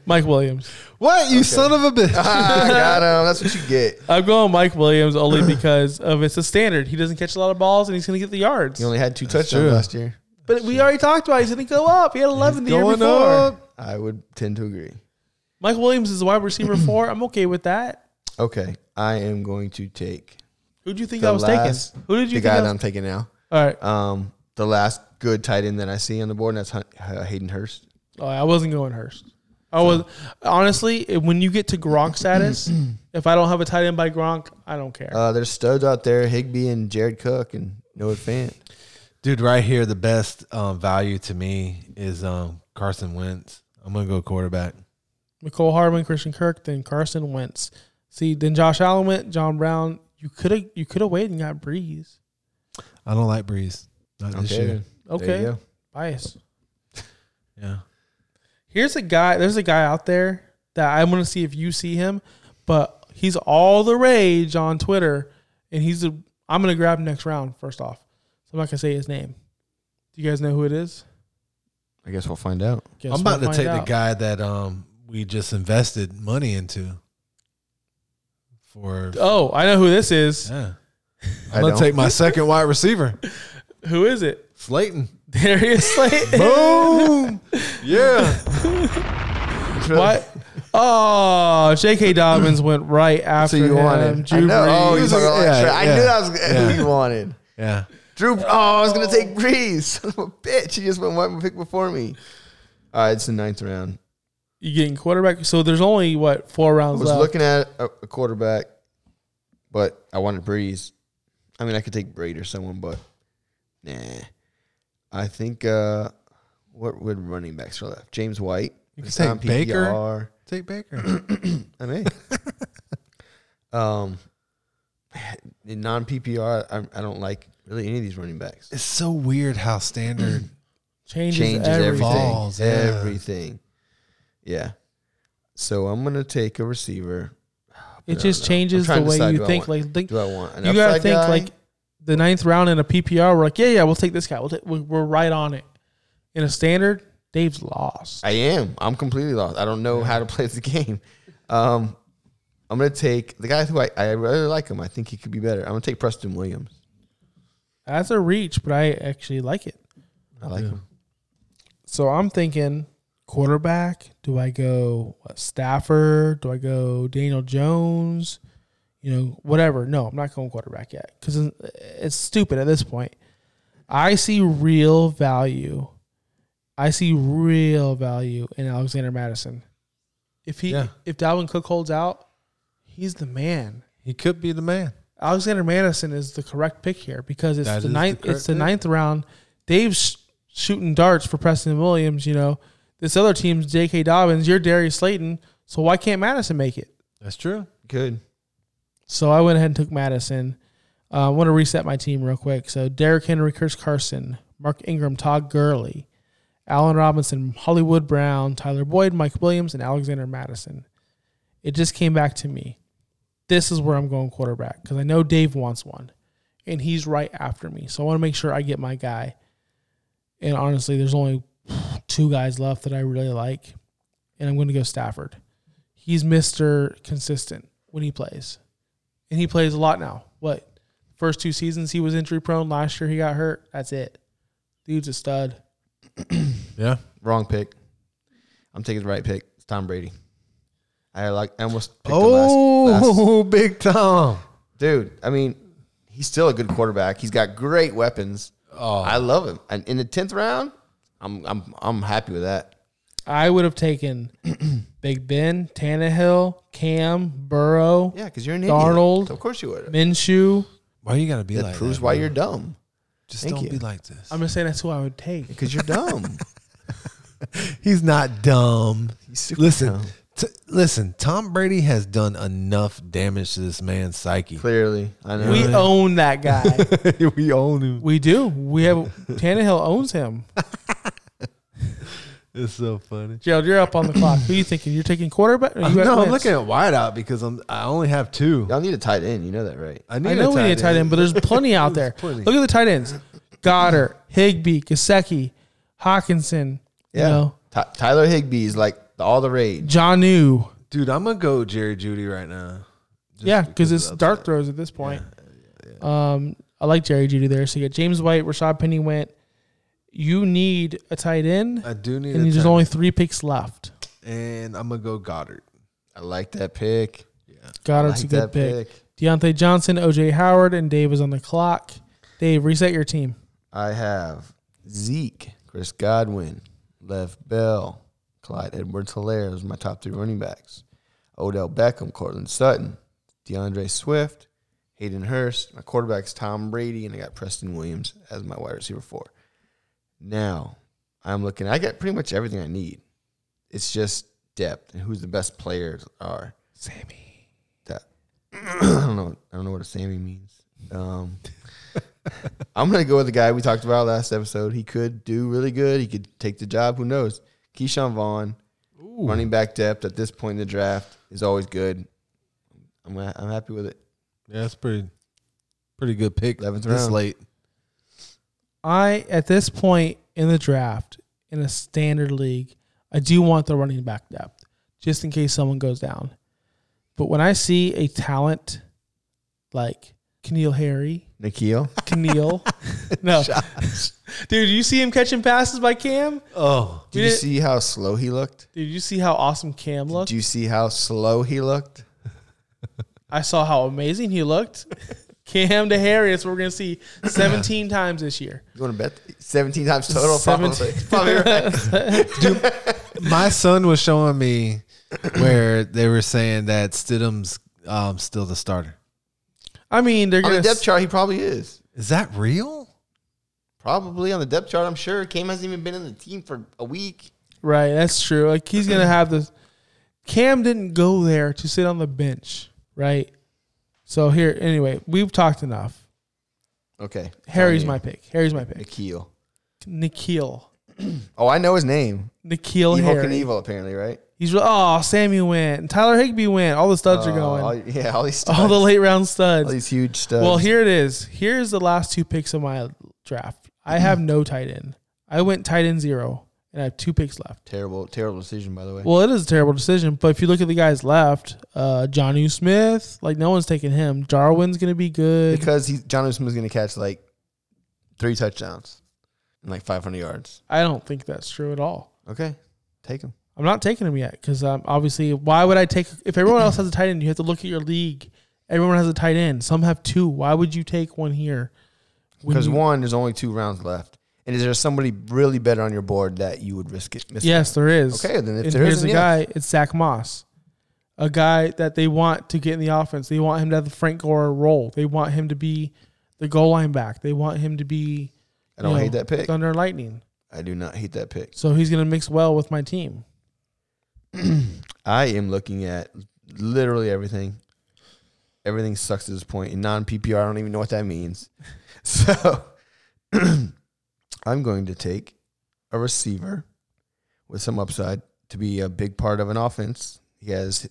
Speaker 1: Mike Williams.
Speaker 3: What you son of a bitch?
Speaker 2: Ah, I got him. That's what you get.
Speaker 1: I'm going Mike Williams only because of it's a standard. He doesn't catch a lot of balls and he's going to get the yards.
Speaker 2: You only had two
Speaker 3: true.
Speaker 2: touchdowns last year.
Speaker 1: but we already talked about he's going to go up. He had 11 the year
Speaker 3: Going
Speaker 1: before.
Speaker 3: up.
Speaker 2: I would tend to agree.
Speaker 1: Mike Williams is a wide receiver four. I'm okay with that.
Speaker 2: Okay, I am going to take.
Speaker 1: Who do you think
Speaker 2: The
Speaker 1: I was
Speaker 2: last-
Speaker 1: taking? Who did you
Speaker 2: the
Speaker 1: think?
Speaker 2: guy
Speaker 1: I
Speaker 2: that
Speaker 1: was-
Speaker 2: I'm taking now?
Speaker 1: All right.
Speaker 2: Um, the last good tight end that I see on the board, and that's Hun- uh, Hayden Hurst.
Speaker 1: Oh, I wasn't going Hurst. I was honestly it- when you get to Gronk status, if I don't have a tight end by Gronk, I don't care.
Speaker 2: Uh, there's studs out there: Higby and Jared Cook and Noah Fant.
Speaker 3: Dude, right here, the best um, value to me is um, Carson Wentz. I'm gonna go quarterback.
Speaker 1: Nicole Hardman, Christian Kirk, then Carson Wentz. See, then Josh Allen went, John Brown. You could have you could have waited and got Breeze.
Speaker 3: I don't like Breeze. Not this
Speaker 2: Okay,
Speaker 3: year.
Speaker 1: Okay.
Speaker 2: There you go.
Speaker 1: Bias.
Speaker 3: Yeah.
Speaker 1: Here's a guy. There's a guy out there that I want to see if you see him, but he's all the rage on Twitter, and he's a. I'm gonna grab him next round first off. So I'm not gonna say his name. Do you guys know who it is?
Speaker 2: I guess we'll find out.
Speaker 1: Guess
Speaker 3: I'm about
Speaker 1: we'll find
Speaker 3: to take
Speaker 1: out.
Speaker 3: the guy that um we just invested money into. For
Speaker 1: Oh, I know who this is.
Speaker 3: yeah.
Speaker 2: Uh, I
Speaker 3: I'm gonna
Speaker 2: don't.
Speaker 3: take my second wide receiver,
Speaker 1: Who is it?
Speaker 3: Slayton.
Speaker 1: Darius Slayton.
Speaker 3: Boom. Yeah.
Speaker 1: what? Oh, J.K. Dobbins went right after
Speaker 2: So you
Speaker 1: him.
Speaker 2: wanted?
Speaker 1: Drew
Speaker 2: I know. Oh,
Speaker 1: Brees.
Speaker 2: you talking about
Speaker 3: Yeah,
Speaker 2: Trey. I
Speaker 3: yeah.
Speaker 2: knew that was who you wanted.
Speaker 3: Yeah.
Speaker 2: Drew. Oh, I was gonna take Breeze. Son of a bitch! He just went one pick before me. All right, it's the ninth round.
Speaker 1: you getting quarterback. So there's only what four
Speaker 2: I
Speaker 1: rounds
Speaker 2: was
Speaker 1: left.
Speaker 2: looking at a, a quarterback, but I wanted Breeze. I mean, I could take Braid or someone, but nah. I think uh, what would running backs are left? James White.
Speaker 3: You
Speaker 2: It's
Speaker 3: can
Speaker 2: not
Speaker 3: take Baker.
Speaker 2: PPR.
Speaker 3: Take Baker.
Speaker 2: I may. um, in non PPR, I, I don't like really any of these running backs.
Speaker 3: it's so weird how standard
Speaker 1: changes,
Speaker 2: Changes everything.
Speaker 1: everything.
Speaker 3: Balls, yeah.
Speaker 2: Everything. Yeah. So I'm gonna take a receiver.
Speaker 1: It
Speaker 2: I
Speaker 1: just
Speaker 2: don't know. I'm
Speaker 1: changes
Speaker 2: trying
Speaker 1: the
Speaker 2: to
Speaker 1: way
Speaker 2: decide, do
Speaker 1: you
Speaker 2: I
Speaker 1: think.
Speaker 2: want-
Speaker 1: Like think,
Speaker 2: Do I want? An
Speaker 1: you gotta
Speaker 2: upside
Speaker 1: think
Speaker 2: guy?
Speaker 1: like the ninth round in a PPR. We're like, yeah, yeah, we'll take this guy. We'll take, we- we're right on it. In a standard, Dave's lost.
Speaker 2: I am. I'm completely lost. I don't know how to play the game. Um, I'm gonna take the guy who I, I really like him. I think he could be better. I'm gonna take Preston Williams.
Speaker 1: That's a reach, but I actually like it.
Speaker 2: I like him.
Speaker 1: So I'm thinking quarterback. Do I go what, Stafford? Do I go Daniel Jones? You know, whatever. No, I'm not going quarterback yet because it's stupid at this point. I see real value. I see real value in Alexander Madison. If he,
Speaker 3: Yeah.
Speaker 1: if Dalvin Cook holds out, he's the man.
Speaker 3: he could be the man.
Speaker 1: Alexander Madison is the correct pick here because it's
Speaker 3: That
Speaker 1: the
Speaker 3: is the
Speaker 1: ninth. it's
Speaker 3: correct
Speaker 1: the
Speaker 3: pick.
Speaker 1: ninth round. Dave's sh- shooting darts for Preston Williams. You know, this other team's J.K. Dobbins. You're Darius Slayton. So why can't Madison make it?
Speaker 3: That's true.
Speaker 2: Good.
Speaker 1: So I went ahead and took Madison. Uh, I want to reset my team real quick. So Derrick Henry, Chris Carson, Mark Ingram, Todd Gurley, Allen Robinson, Hollywood Brown, Tyler Boyd, Mike Williams, and Alexander Madison. It just came back to me. This is where I'm going quarterback because I know Dave wants one, and he's right after me. So I want to make sure I get my guy. And honestly, there's only two guys left that I really like, and I'm going to go Stafford. He's Mister Consistent when he plays and he plays a lot now. What first two seasons he was injury prone. Last year he got hurt. That's it. Dude's a stud.
Speaker 3: Yeah.
Speaker 2: Wrong pick. I'm taking the right pick.
Speaker 1: Oh.
Speaker 2: It's Tom Brady. I like. I almost picked him last, last
Speaker 3: Oh, big Tom.
Speaker 2: dude. I mean, he's still a good quarterback. He's got great weapons. Oh, I love him. And in the tenth round, I'm I'm I'm happy with that.
Speaker 1: I would have taken Big Ben, Tannehill, Cam, Burrow,
Speaker 2: Yeah, because you're an
Speaker 1: Darnold.
Speaker 2: idiot. Of course you would.
Speaker 1: Minshew.
Speaker 3: Why you gotta be
Speaker 2: That
Speaker 3: like
Speaker 2: proves
Speaker 3: that?
Speaker 2: why
Speaker 3: bro?
Speaker 2: you're dumb.
Speaker 3: just
Speaker 2: thank
Speaker 3: don't
Speaker 2: you.
Speaker 3: be like this.
Speaker 1: I'm just saying that's who I would take.
Speaker 2: Because you're dumb.
Speaker 3: He's not dumb.
Speaker 2: super
Speaker 3: listen,
Speaker 2: dumb.
Speaker 3: t- listen. Tom Brady has done enough damage to this man's psyche.
Speaker 2: Clearly, I know.
Speaker 1: We own that guy.
Speaker 3: we own him.
Speaker 1: we do. We have Tannehill owns him.
Speaker 3: It's so funny.
Speaker 1: Gerald, you're up on the clock. Who you thinking? You're taking quarterback? Or you got
Speaker 3: no, I'm
Speaker 1: Wentz?
Speaker 3: looking at wideout because I'm. I only have two.
Speaker 2: Y'all need a tight end. You know that, right?
Speaker 3: I,
Speaker 1: I know we need a tight end, but there's plenty out there.
Speaker 3: plenty.
Speaker 1: Look at the tight ends: Goddard, Higby, Gasecki, Hawkinson. You know,
Speaker 2: Ty- Tyler Higbee is like all the rage.
Speaker 1: Janu.
Speaker 3: dude, I'm gonna go Jerry Judy right now. Just
Speaker 1: Yeah, because
Speaker 3: of
Speaker 1: it's
Speaker 3: the
Speaker 1: dart
Speaker 3: upside.
Speaker 1: throws at this point. Um, I like Jerry Judy there. So you got James White, Rashad Penny went. You need a tight end,
Speaker 3: I do need.
Speaker 1: and
Speaker 3: a
Speaker 1: there's
Speaker 3: tight
Speaker 1: only
Speaker 3: end.
Speaker 1: three picks left.
Speaker 3: and I'm gonna go Goddard.
Speaker 2: I like that pick.
Speaker 1: Goddard's
Speaker 2: like
Speaker 1: a good
Speaker 2: that
Speaker 1: pick.
Speaker 2: pick.
Speaker 1: Deontay Johnson, OJ Howard, and Dave is on the clock. Dave, reset your team.
Speaker 2: I have Zeke, Chris Godwin, Lev Bell, Clyde Edwards Hilaire as my top three running backs. Odell Beckham, Cortland Sutton, DeAndre Swift, Hayden Hurst. My quarterback's Tom Brady, and I got Preston Williams as my wide receiver four. Now I'm looking, I got pretty much everything I need. It's just depth and who's the best players are.
Speaker 1: Sammy.
Speaker 2: that I don't know. I don't know what a Sammy means. Um, I'm gonna go with the guy we talked about last episode. He could do really good. He could take the job. Who knows? Keyshawn Vaughn, running back depth at this point in the draft is always good. I'm ha- I'm happy with it.
Speaker 3: Yeah, that's pretty, pretty good pick.
Speaker 2: 11th
Speaker 3: this
Speaker 2: round.
Speaker 3: late.
Speaker 1: I at this point in the draft in a standard league, I do want the running back depth just in case someone goes down. But when I see a talent like Keneal Harry,
Speaker 2: Nikhil,
Speaker 1: Keneal, no, dude, you see him catching passes by Cam.
Speaker 3: Oh,
Speaker 2: did you see how slow he looked?
Speaker 1: Dude, you see how awesome Cam looked?
Speaker 2: Did you see how slow he looked?
Speaker 1: I saw how amazing he looked. Cam to Harry, that's what we're gonna see 17 times this year.
Speaker 2: You want to bet 17 times total? Probably.
Speaker 1: 17.
Speaker 2: Probably right.
Speaker 3: my son was showing me where they were saying that Stidham's um, still the starter.
Speaker 1: I mean, they're
Speaker 2: On
Speaker 1: gonna
Speaker 2: the depth chart, he probably is.
Speaker 3: Is that real?
Speaker 2: Probably on the depth chart, I'm sure. Cam hasn't even been in the team for a week.
Speaker 1: Right, that's true. Like he's gonna have this. Cam didn't go there to sit on the bench, right? So here, anyway, we've talked enough.
Speaker 2: Okay.
Speaker 1: Harry's my pick. Harry's my pick.
Speaker 2: Nikhil.
Speaker 1: Nikhil,
Speaker 2: Oh, I know his name.
Speaker 1: Nikhil
Speaker 2: Evil
Speaker 1: Harry.
Speaker 2: Knievel, apparently, right?
Speaker 1: He's re- oh, Sammy went. and Tyler Higby went. All the studs are
Speaker 2: Uh,
Speaker 1: going.
Speaker 2: all- yeah, all these studs,
Speaker 1: all the late round
Speaker 2: all
Speaker 1: studs.
Speaker 2: these huge studs.
Speaker 1: Well, here it is. Here's the last two picks of my draft. I have no tight end. I went tight end zero, and I have two picks left.
Speaker 2: terrible, terrible decision, by the way.
Speaker 1: Well, it is a terrible decision, but if you look at the guys left, uh, Johnny Smith, like no one's taking him. Darwin's gonna be good.
Speaker 2: because he's John Smith's going to catch like three touchdowns and like 500 yards.
Speaker 1: I don't think that's true at all.
Speaker 2: Okay, take him.
Speaker 1: I'm not taking him yet because um, obviously, why would I take? If everyone else has a tight end, you have to look at your league. Everyone has a tight end. Some have two. Why would you take one here? when
Speaker 2: Because
Speaker 1: you-
Speaker 2: one, there's only two rounds left, and is there somebody really better on your board that you would risk it? missing?
Speaker 1: Yes, there is.
Speaker 2: Okay, then if
Speaker 1: and
Speaker 2: there
Speaker 1: here's
Speaker 2: isn't,
Speaker 1: a
Speaker 2: yeah.
Speaker 1: guy, it's Zach Moss, a guy that they want to get in the offense. They want him to have the Frank Gore role. They want him to be the goal line back. They want him to be.
Speaker 2: I don't
Speaker 1: you know,
Speaker 2: hate that pick.
Speaker 1: Thunder and Lightning.
Speaker 2: I do not hate that pick.
Speaker 1: So he's going to mix well with my team.
Speaker 2: I am looking at literally everything. Everything sucks at this point. In non PPR, I don't even know what that means. So I'm going to take a receiver with some upside to be a big part of an offense. He has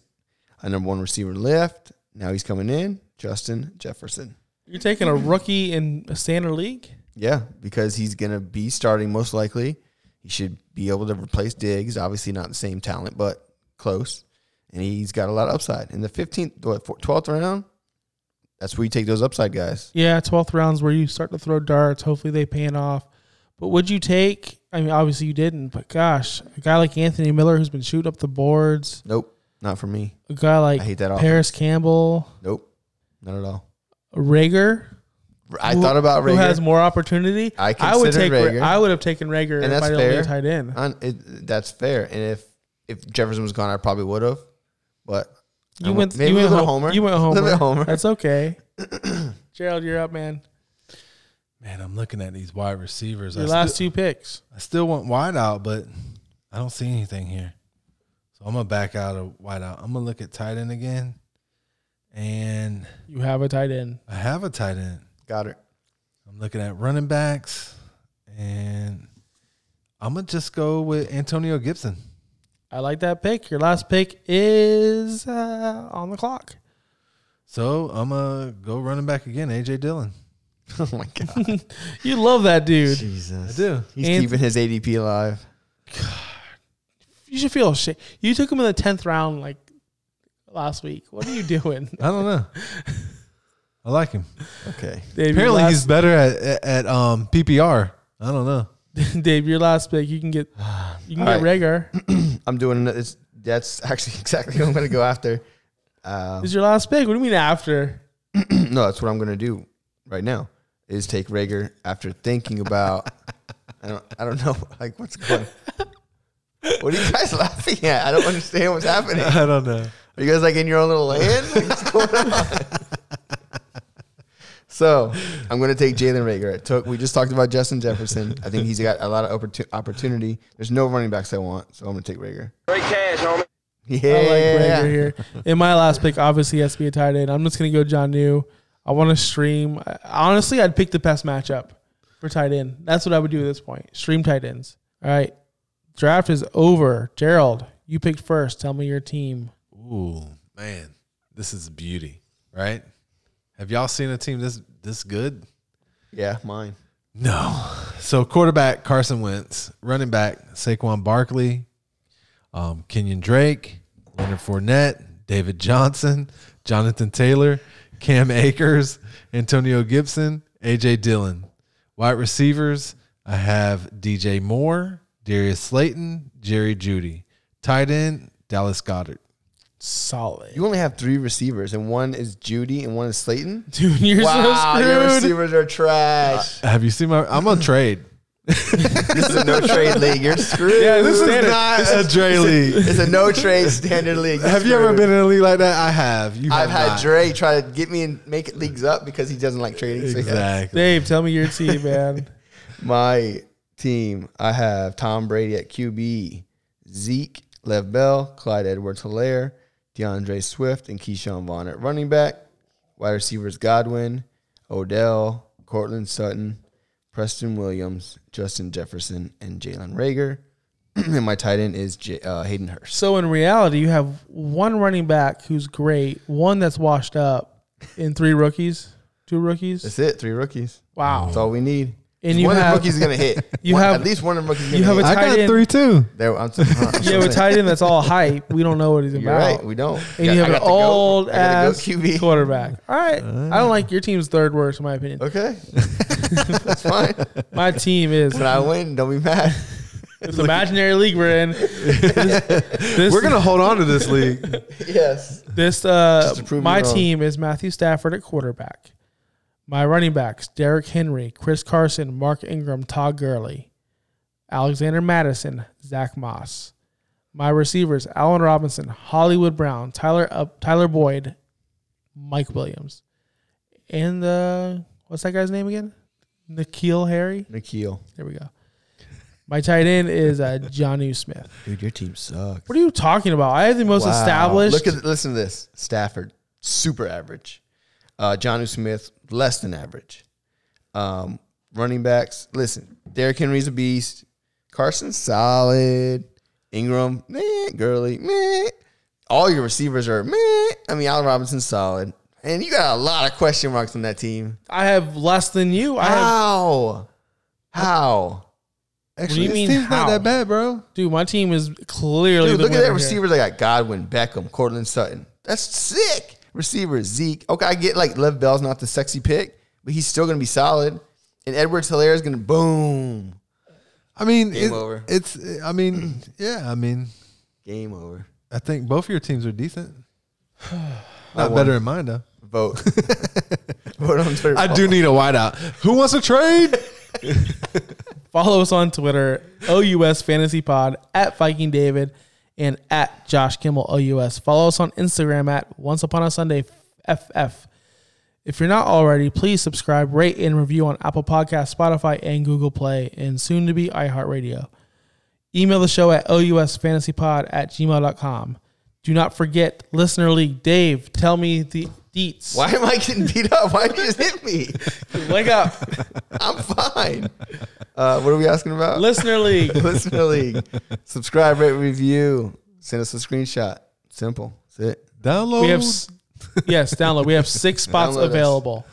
Speaker 2: a number one receiver left. Now he's coming in, Justin Jefferson.
Speaker 1: You're taking a rookie in a standard league?
Speaker 2: Yeah, because he's going to be starting most likely. He should be able to replace Diggs. Obviously, not the same talent, but close. And he's got a lot of upside. In the 15th, what, four- 12th round, that's where you take those upside guys.
Speaker 1: Yeah, 12th rounds where you start to throw darts. Hopefully they pan off. But would you take, I mean, obviously you didn't, but gosh, a guy like Anthony Miller who's been shooting up the boards,
Speaker 2: Nope, not for me.
Speaker 1: a guy like
Speaker 2: I hate that
Speaker 1: Paris Campbell,
Speaker 2: Nope, not at all.
Speaker 1: Rager.
Speaker 2: I
Speaker 1: who-
Speaker 2: thought about Rager.
Speaker 1: Who has more opportunity?
Speaker 2: I
Speaker 1: would
Speaker 2: consider
Speaker 1: take. Ra-
Speaker 2: Rager.
Speaker 1: I would have taken Rager
Speaker 2: and
Speaker 1: if
Speaker 2: that's
Speaker 1: I didn't
Speaker 2: fair.
Speaker 1: leave tight end.
Speaker 2: On- it- that's fair. And if if Jefferson was gone, I probably would have. But I
Speaker 1: You
Speaker 2: went-
Speaker 1: went.
Speaker 2: maybe
Speaker 1: you
Speaker 2: a
Speaker 1: went
Speaker 2: little
Speaker 1: home-
Speaker 2: homer.
Speaker 1: You went
Speaker 2: A
Speaker 1: homer.
Speaker 2: little bit homer.
Speaker 1: That's okay. Gerald, you're up, man.
Speaker 3: Man, I'm looking at these wide receivers.
Speaker 1: Your
Speaker 3: I,
Speaker 1: last
Speaker 3: still,
Speaker 1: two picks.
Speaker 3: I still want wide out, but I don't see anything here. So I'm gonna back out of wide out. I'm gonna look at tight end again, and
Speaker 1: You have a tight end.
Speaker 3: I have a tight end.
Speaker 2: got it.
Speaker 3: I'm looking at running backs, and I'm gonna just go with Antonio Gibson.
Speaker 1: I like that pick. Your last pick is uh, on the clock.
Speaker 3: So I'm gonna go running back again, AJ Dillon.
Speaker 2: Oh my god,
Speaker 1: You love that dude.
Speaker 2: Jesus!
Speaker 3: do.
Speaker 2: He's
Speaker 1: And-
Speaker 2: keeping his ADP alive.
Speaker 1: You should feel shit. You took him in the tenth round like last week. What are you doing?
Speaker 3: I don't know. I like him.
Speaker 2: Okay,
Speaker 1: Dave, your
Speaker 3: Apparently,
Speaker 1: last-
Speaker 3: he's better at, at at, um PPR. I don't know.
Speaker 1: Dave, your last pick. You can get you can
Speaker 2: All
Speaker 1: get
Speaker 2: right.
Speaker 1: Rager.
Speaker 2: I'm doing. ano- It's, that's actually exactly what I'm going to go after. Um,
Speaker 1: Is your last pick? What do you mean after?
Speaker 2: no, that's what I'm going to do right now. Is take Rager after thinking about. I don't. I don't know. Like what's going. What are you guys laughing at? I don't understand what's happening.
Speaker 3: I don't know.
Speaker 2: Are you guys like in your own little land? Like, what's going on? so I'm going to take Jalen Rager. I took. We just talked about Justin Jefferson. I think he's got a lot of opportu- opportunity. There's no running backs I want, so I'm going to take Rager.
Speaker 4: Great cash, homie.
Speaker 2: Yeah.
Speaker 1: I like Rager here. In my last pick, obviously has to be a tight end. I'm just gonna go John New. I want to stream. I- Honestly, I'd pick the best matchup for tight end. That's what I would do at this point. Stream tight ends. All right, draft is over. Gerald, you picked first. Tell me your team.
Speaker 3: Ooh, man, this is beauty, right? Have y'all seen a team this this good?
Speaker 2: Yeah, mine.
Speaker 3: No. So quarterback Carson Wentz, running back Saquon Barkley, um, Kenyon Drake, Leonard Fournette, David Johnson, Jonathan Taylor, Cam Akers, Antonio Gibson, AJ Dillon. Wide receivers, I have DJ Moore, Darius Slayton, Jerry Judy. Tight end, Dallas Goddard.
Speaker 1: Solid.
Speaker 2: You only have three receivers, and one is Judy, and one is Slayton.
Speaker 1: Dude, you're
Speaker 2: wow,
Speaker 1: so
Speaker 2: your
Speaker 1: screwed.
Speaker 2: receivers are trash.
Speaker 3: Have you seen my? I'm on trade.
Speaker 2: this is a no trade league. You're screwed.
Speaker 3: Yeah, this is not a Dre league.
Speaker 2: It's a no trade standard league. You're
Speaker 3: Have you ever
Speaker 2: screwed.
Speaker 3: been in a league like that? I have. You
Speaker 2: I've
Speaker 3: have
Speaker 2: had
Speaker 3: not.
Speaker 2: Dre try to get me and make leagues up because he doesn't like trading. So he has-
Speaker 3: Exactly.
Speaker 1: Dave, tell me your team, man.
Speaker 2: My team, I have Tom Brady at QB, Zeke, Lev Bell, Clyde Edwards Hilaire, DeAndre Swift, and Keyshawn Vaughn at running back. Wide receivers Godwin, Odell, Cortland Sutton, Preston Williams, Justin Jefferson, and Jalen Rager. and my tight end is J- uh, Hayden Hurst.
Speaker 1: So in reality, you have one running back who's great, one that's washed up, and three rookies, two rookies.
Speaker 2: That's it. Three rookies.
Speaker 1: Wow.
Speaker 2: That's all we need.
Speaker 1: And you
Speaker 2: one of
Speaker 1: have-
Speaker 2: the rookies is gonna hit.
Speaker 1: You
Speaker 2: One-
Speaker 1: have-
Speaker 2: at least one of the rookies. Is
Speaker 1: you have
Speaker 2: gonna
Speaker 1: a
Speaker 2: hit.
Speaker 3: I
Speaker 1: tight
Speaker 3: got
Speaker 1: end.
Speaker 3: three too.
Speaker 2: there, I'm, I'm
Speaker 1: You have a tight end that's all hype. We don't know what he's
Speaker 2: You're
Speaker 1: about.
Speaker 2: right. We don't.
Speaker 1: And
Speaker 2: Got-
Speaker 1: you
Speaker 2: I
Speaker 1: have
Speaker 2: got
Speaker 1: an
Speaker 2: the goat.
Speaker 1: old
Speaker 2: I got
Speaker 1: ass
Speaker 2: the goat QB.
Speaker 1: quarterback. All right. I don't like your team's third worst, in my opinion.
Speaker 2: Okay, that's fine.
Speaker 1: My team is.
Speaker 2: When I win, don't be mad.
Speaker 1: It's imaginary league we're in. this,
Speaker 3: We're gonna hold on to this league.
Speaker 2: yes.
Speaker 1: This uh,
Speaker 2: Just to prove
Speaker 1: my
Speaker 2: you wrong.
Speaker 1: team is Matthew Stafford at quarterback. My running backs: Derrick Henry, Chris Carson, Mark Ingram, Todd Gurley, Alexander Madison, Zach Moss. My receivers: Allen Robinson, Hollywood Brown, Tyler up, Tyler Boyd, Mike Williams, and uh, what's that guy's name again? Nikhil Harry.
Speaker 2: Nikhil,
Speaker 1: There we go. My tight end is uh, Johnu Smith.
Speaker 2: dude, your team sucks.
Speaker 1: What are you talking about? I have the most
Speaker 2: Wow.
Speaker 1: established.
Speaker 2: Look at listen to this. Stafford, super average. Uh, Johnu Smith, less than average. Um, running backs. Listen, Derrick Henry's a beast. Carson, solid. Ingram, meh. Gurley, meh. All your receivers are meh. I mean, Allen Robinson's solid. And you got a lot of question marks on that team.
Speaker 1: I have less than you. I have
Speaker 2: How? How?
Speaker 3: Actually,
Speaker 1: you
Speaker 3: this
Speaker 1: mean
Speaker 3: team's
Speaker 1: how?
Speaker 3: not that bad, bro.
Speaker 1: Dude, my team is clearly.
Speaker 2: Dude,
Speaker 1: the
Speaker 2: look at
Speaker 1: winner
Speaker 2: that
Speaker 1: here.
Speaker 2: receivers. I got Godwin, Beckham, Cortland Sutton. That's sick. Receivers, Zeke. Okay, I get like Lev Bell's not the sexy pick, but he's still gonna be solid. And Edwards Hilaire is gonna boom.
Speaker 3: I mean,
Speaker 2: Game
Speaker 3: it-
Speaker 2: over.
Speaker 3: it's. I mean, yeah. I mean,
Speaker 2: Game over.
Speaker 3: I think both of your teams are decent.
Speaker 2: I
Speaker 3: Not
Speaker 2: won.
Speaker 3: better than mine though.
Speaker 2: Vote. Vote on Twitter.
Speaker 3: I do need a whiteout. Who wants a trade?
Speaker 1: Follow us on Twitter, OUS Fantasy Pod, at Viking David, and at Josh Kimmel OUS. Follow us on Instagram at Once Upon a Sunday FF. If you're not already, please subscribe, rate, and review on Apple Podcasts, Spotify, and Google Play, and soon to be iHeartRadio. Email the show at OUSFantasyPod at gmail.com. Do not forget Listener League. Dave, tell me the deets.
Speaker 2: Why am I getting beat up? Why did you just hit me?
Speaker 1: Wake up.
Speaker 2: I'm fine. Uh, what are we asking about?
Speaker 1: Listener League.
Speaker 2: Listener League. Subscribe, rate, review. Send us a screenshot. Simple. That's it.
Speaker 3: Download.
Speaker 1: We have s- yes, download. We have six spots
Speaker 2: Download us.
Speaker 1: available.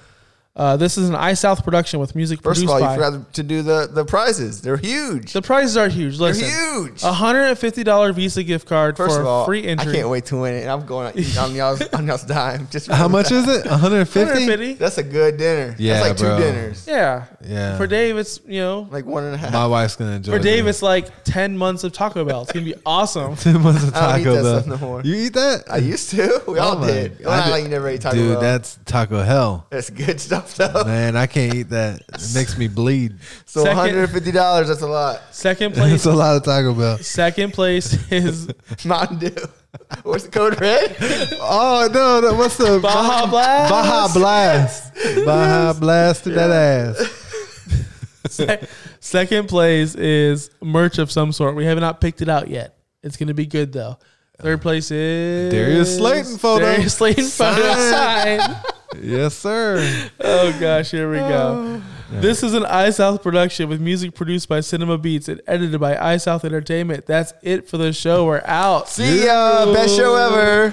Speaker 1: Uh, this is an iSouth production with music
Speaker 2: First of
Speaker 1: produced
Speaker 2: all, you
Speaker 1: by.
Speaker 2: forgot to do the, the prizes. They're huge.
Speaker 1: the prizes are huge. Listen,
Speaker 2: huge.
Speaker 1: A hundred and fifty dollar Visa gift card
Speaker 2: First
Speaker 1: for
Speaker 2: of all,
Speaker 1: a free entry.
Speaker 2: I can't wait to win it. I'm going out eating on y'all's on y'all's dime. Just
Speaker 3: How much is it? 150?
Speaker 1: 150.
Speaker 2: That's a good dinner.
Speaker 3: Yeah,
Speaker 2: That's like
Speaker 3: bro.
Speaker 2: two dinners.
Speaker 1: Yeah.
Speaker 3: Yeah.
Speaker 1: For Dave, it's you know.
Speaker 2: Like one and a half.
Speaker 3: My wife's going to enjoy
Speaker 1: For Dave,
Speaker 3: it.
Speaker 1: it's like ten months of Taco Bell. It's gonna be awesome.
Speaker 3: Two months of
Speaker 2: I don't eat
Speaker 3: Taco
Speaker 2: that
Speaker 3: Bell.
Speaker 2: stuff no more.
Speaker 3: You eat that?
Speaker 2: I used to. We all
Speaker 3: Oh my-
Speaker 2: did. Well,
Speaker 3: I
Speaker 2: not
Speaker 3: did-
Speaker 2: like you never ate Taco
Speaker 3: Dude,
Speaker 2: Bell.
Speaker 3: that's Taco Hell.
Speaker 2: That's good stuff though.
Speaker 3: Man, I can't eat that. It makes me bleed.
Speaker 2: So
Speaker 1: Second-
Speaker 2: $150, that's a lot.
Speaker 1: Second
Speaker 3: That's
Speaker 1: place.
Speaker 3: a lot of Taco Bell.
Speaker 1: Second place is
Speaker 2: Mountain Dew. What's the code red?
Speaker 3: Oh no, no what's the
Speaker 1: Baja Blast.
Speaker 3: Baja Blast. Baja blasted that ass.
Speaker 1: Se- Second place is merch of some sort. We have not picked it out yet. It's gonna be good though. Third place is
Speaker 3: Darius Slayton photo.
Speaker 1: Darius Slayton photo
Speaker 3: Sign.
Speaker 1: sign.
Speaker 3: Yes, sir.
Speaker 1: Oh gosh, here we go.
Speaker 2: Oh.
Speaker 1: This is an iSouth production with music produced by Cinema Beats and edited by iSouth Entertainment. That's it for the show. We're out.
Speaker 2: See ya. Best show ever.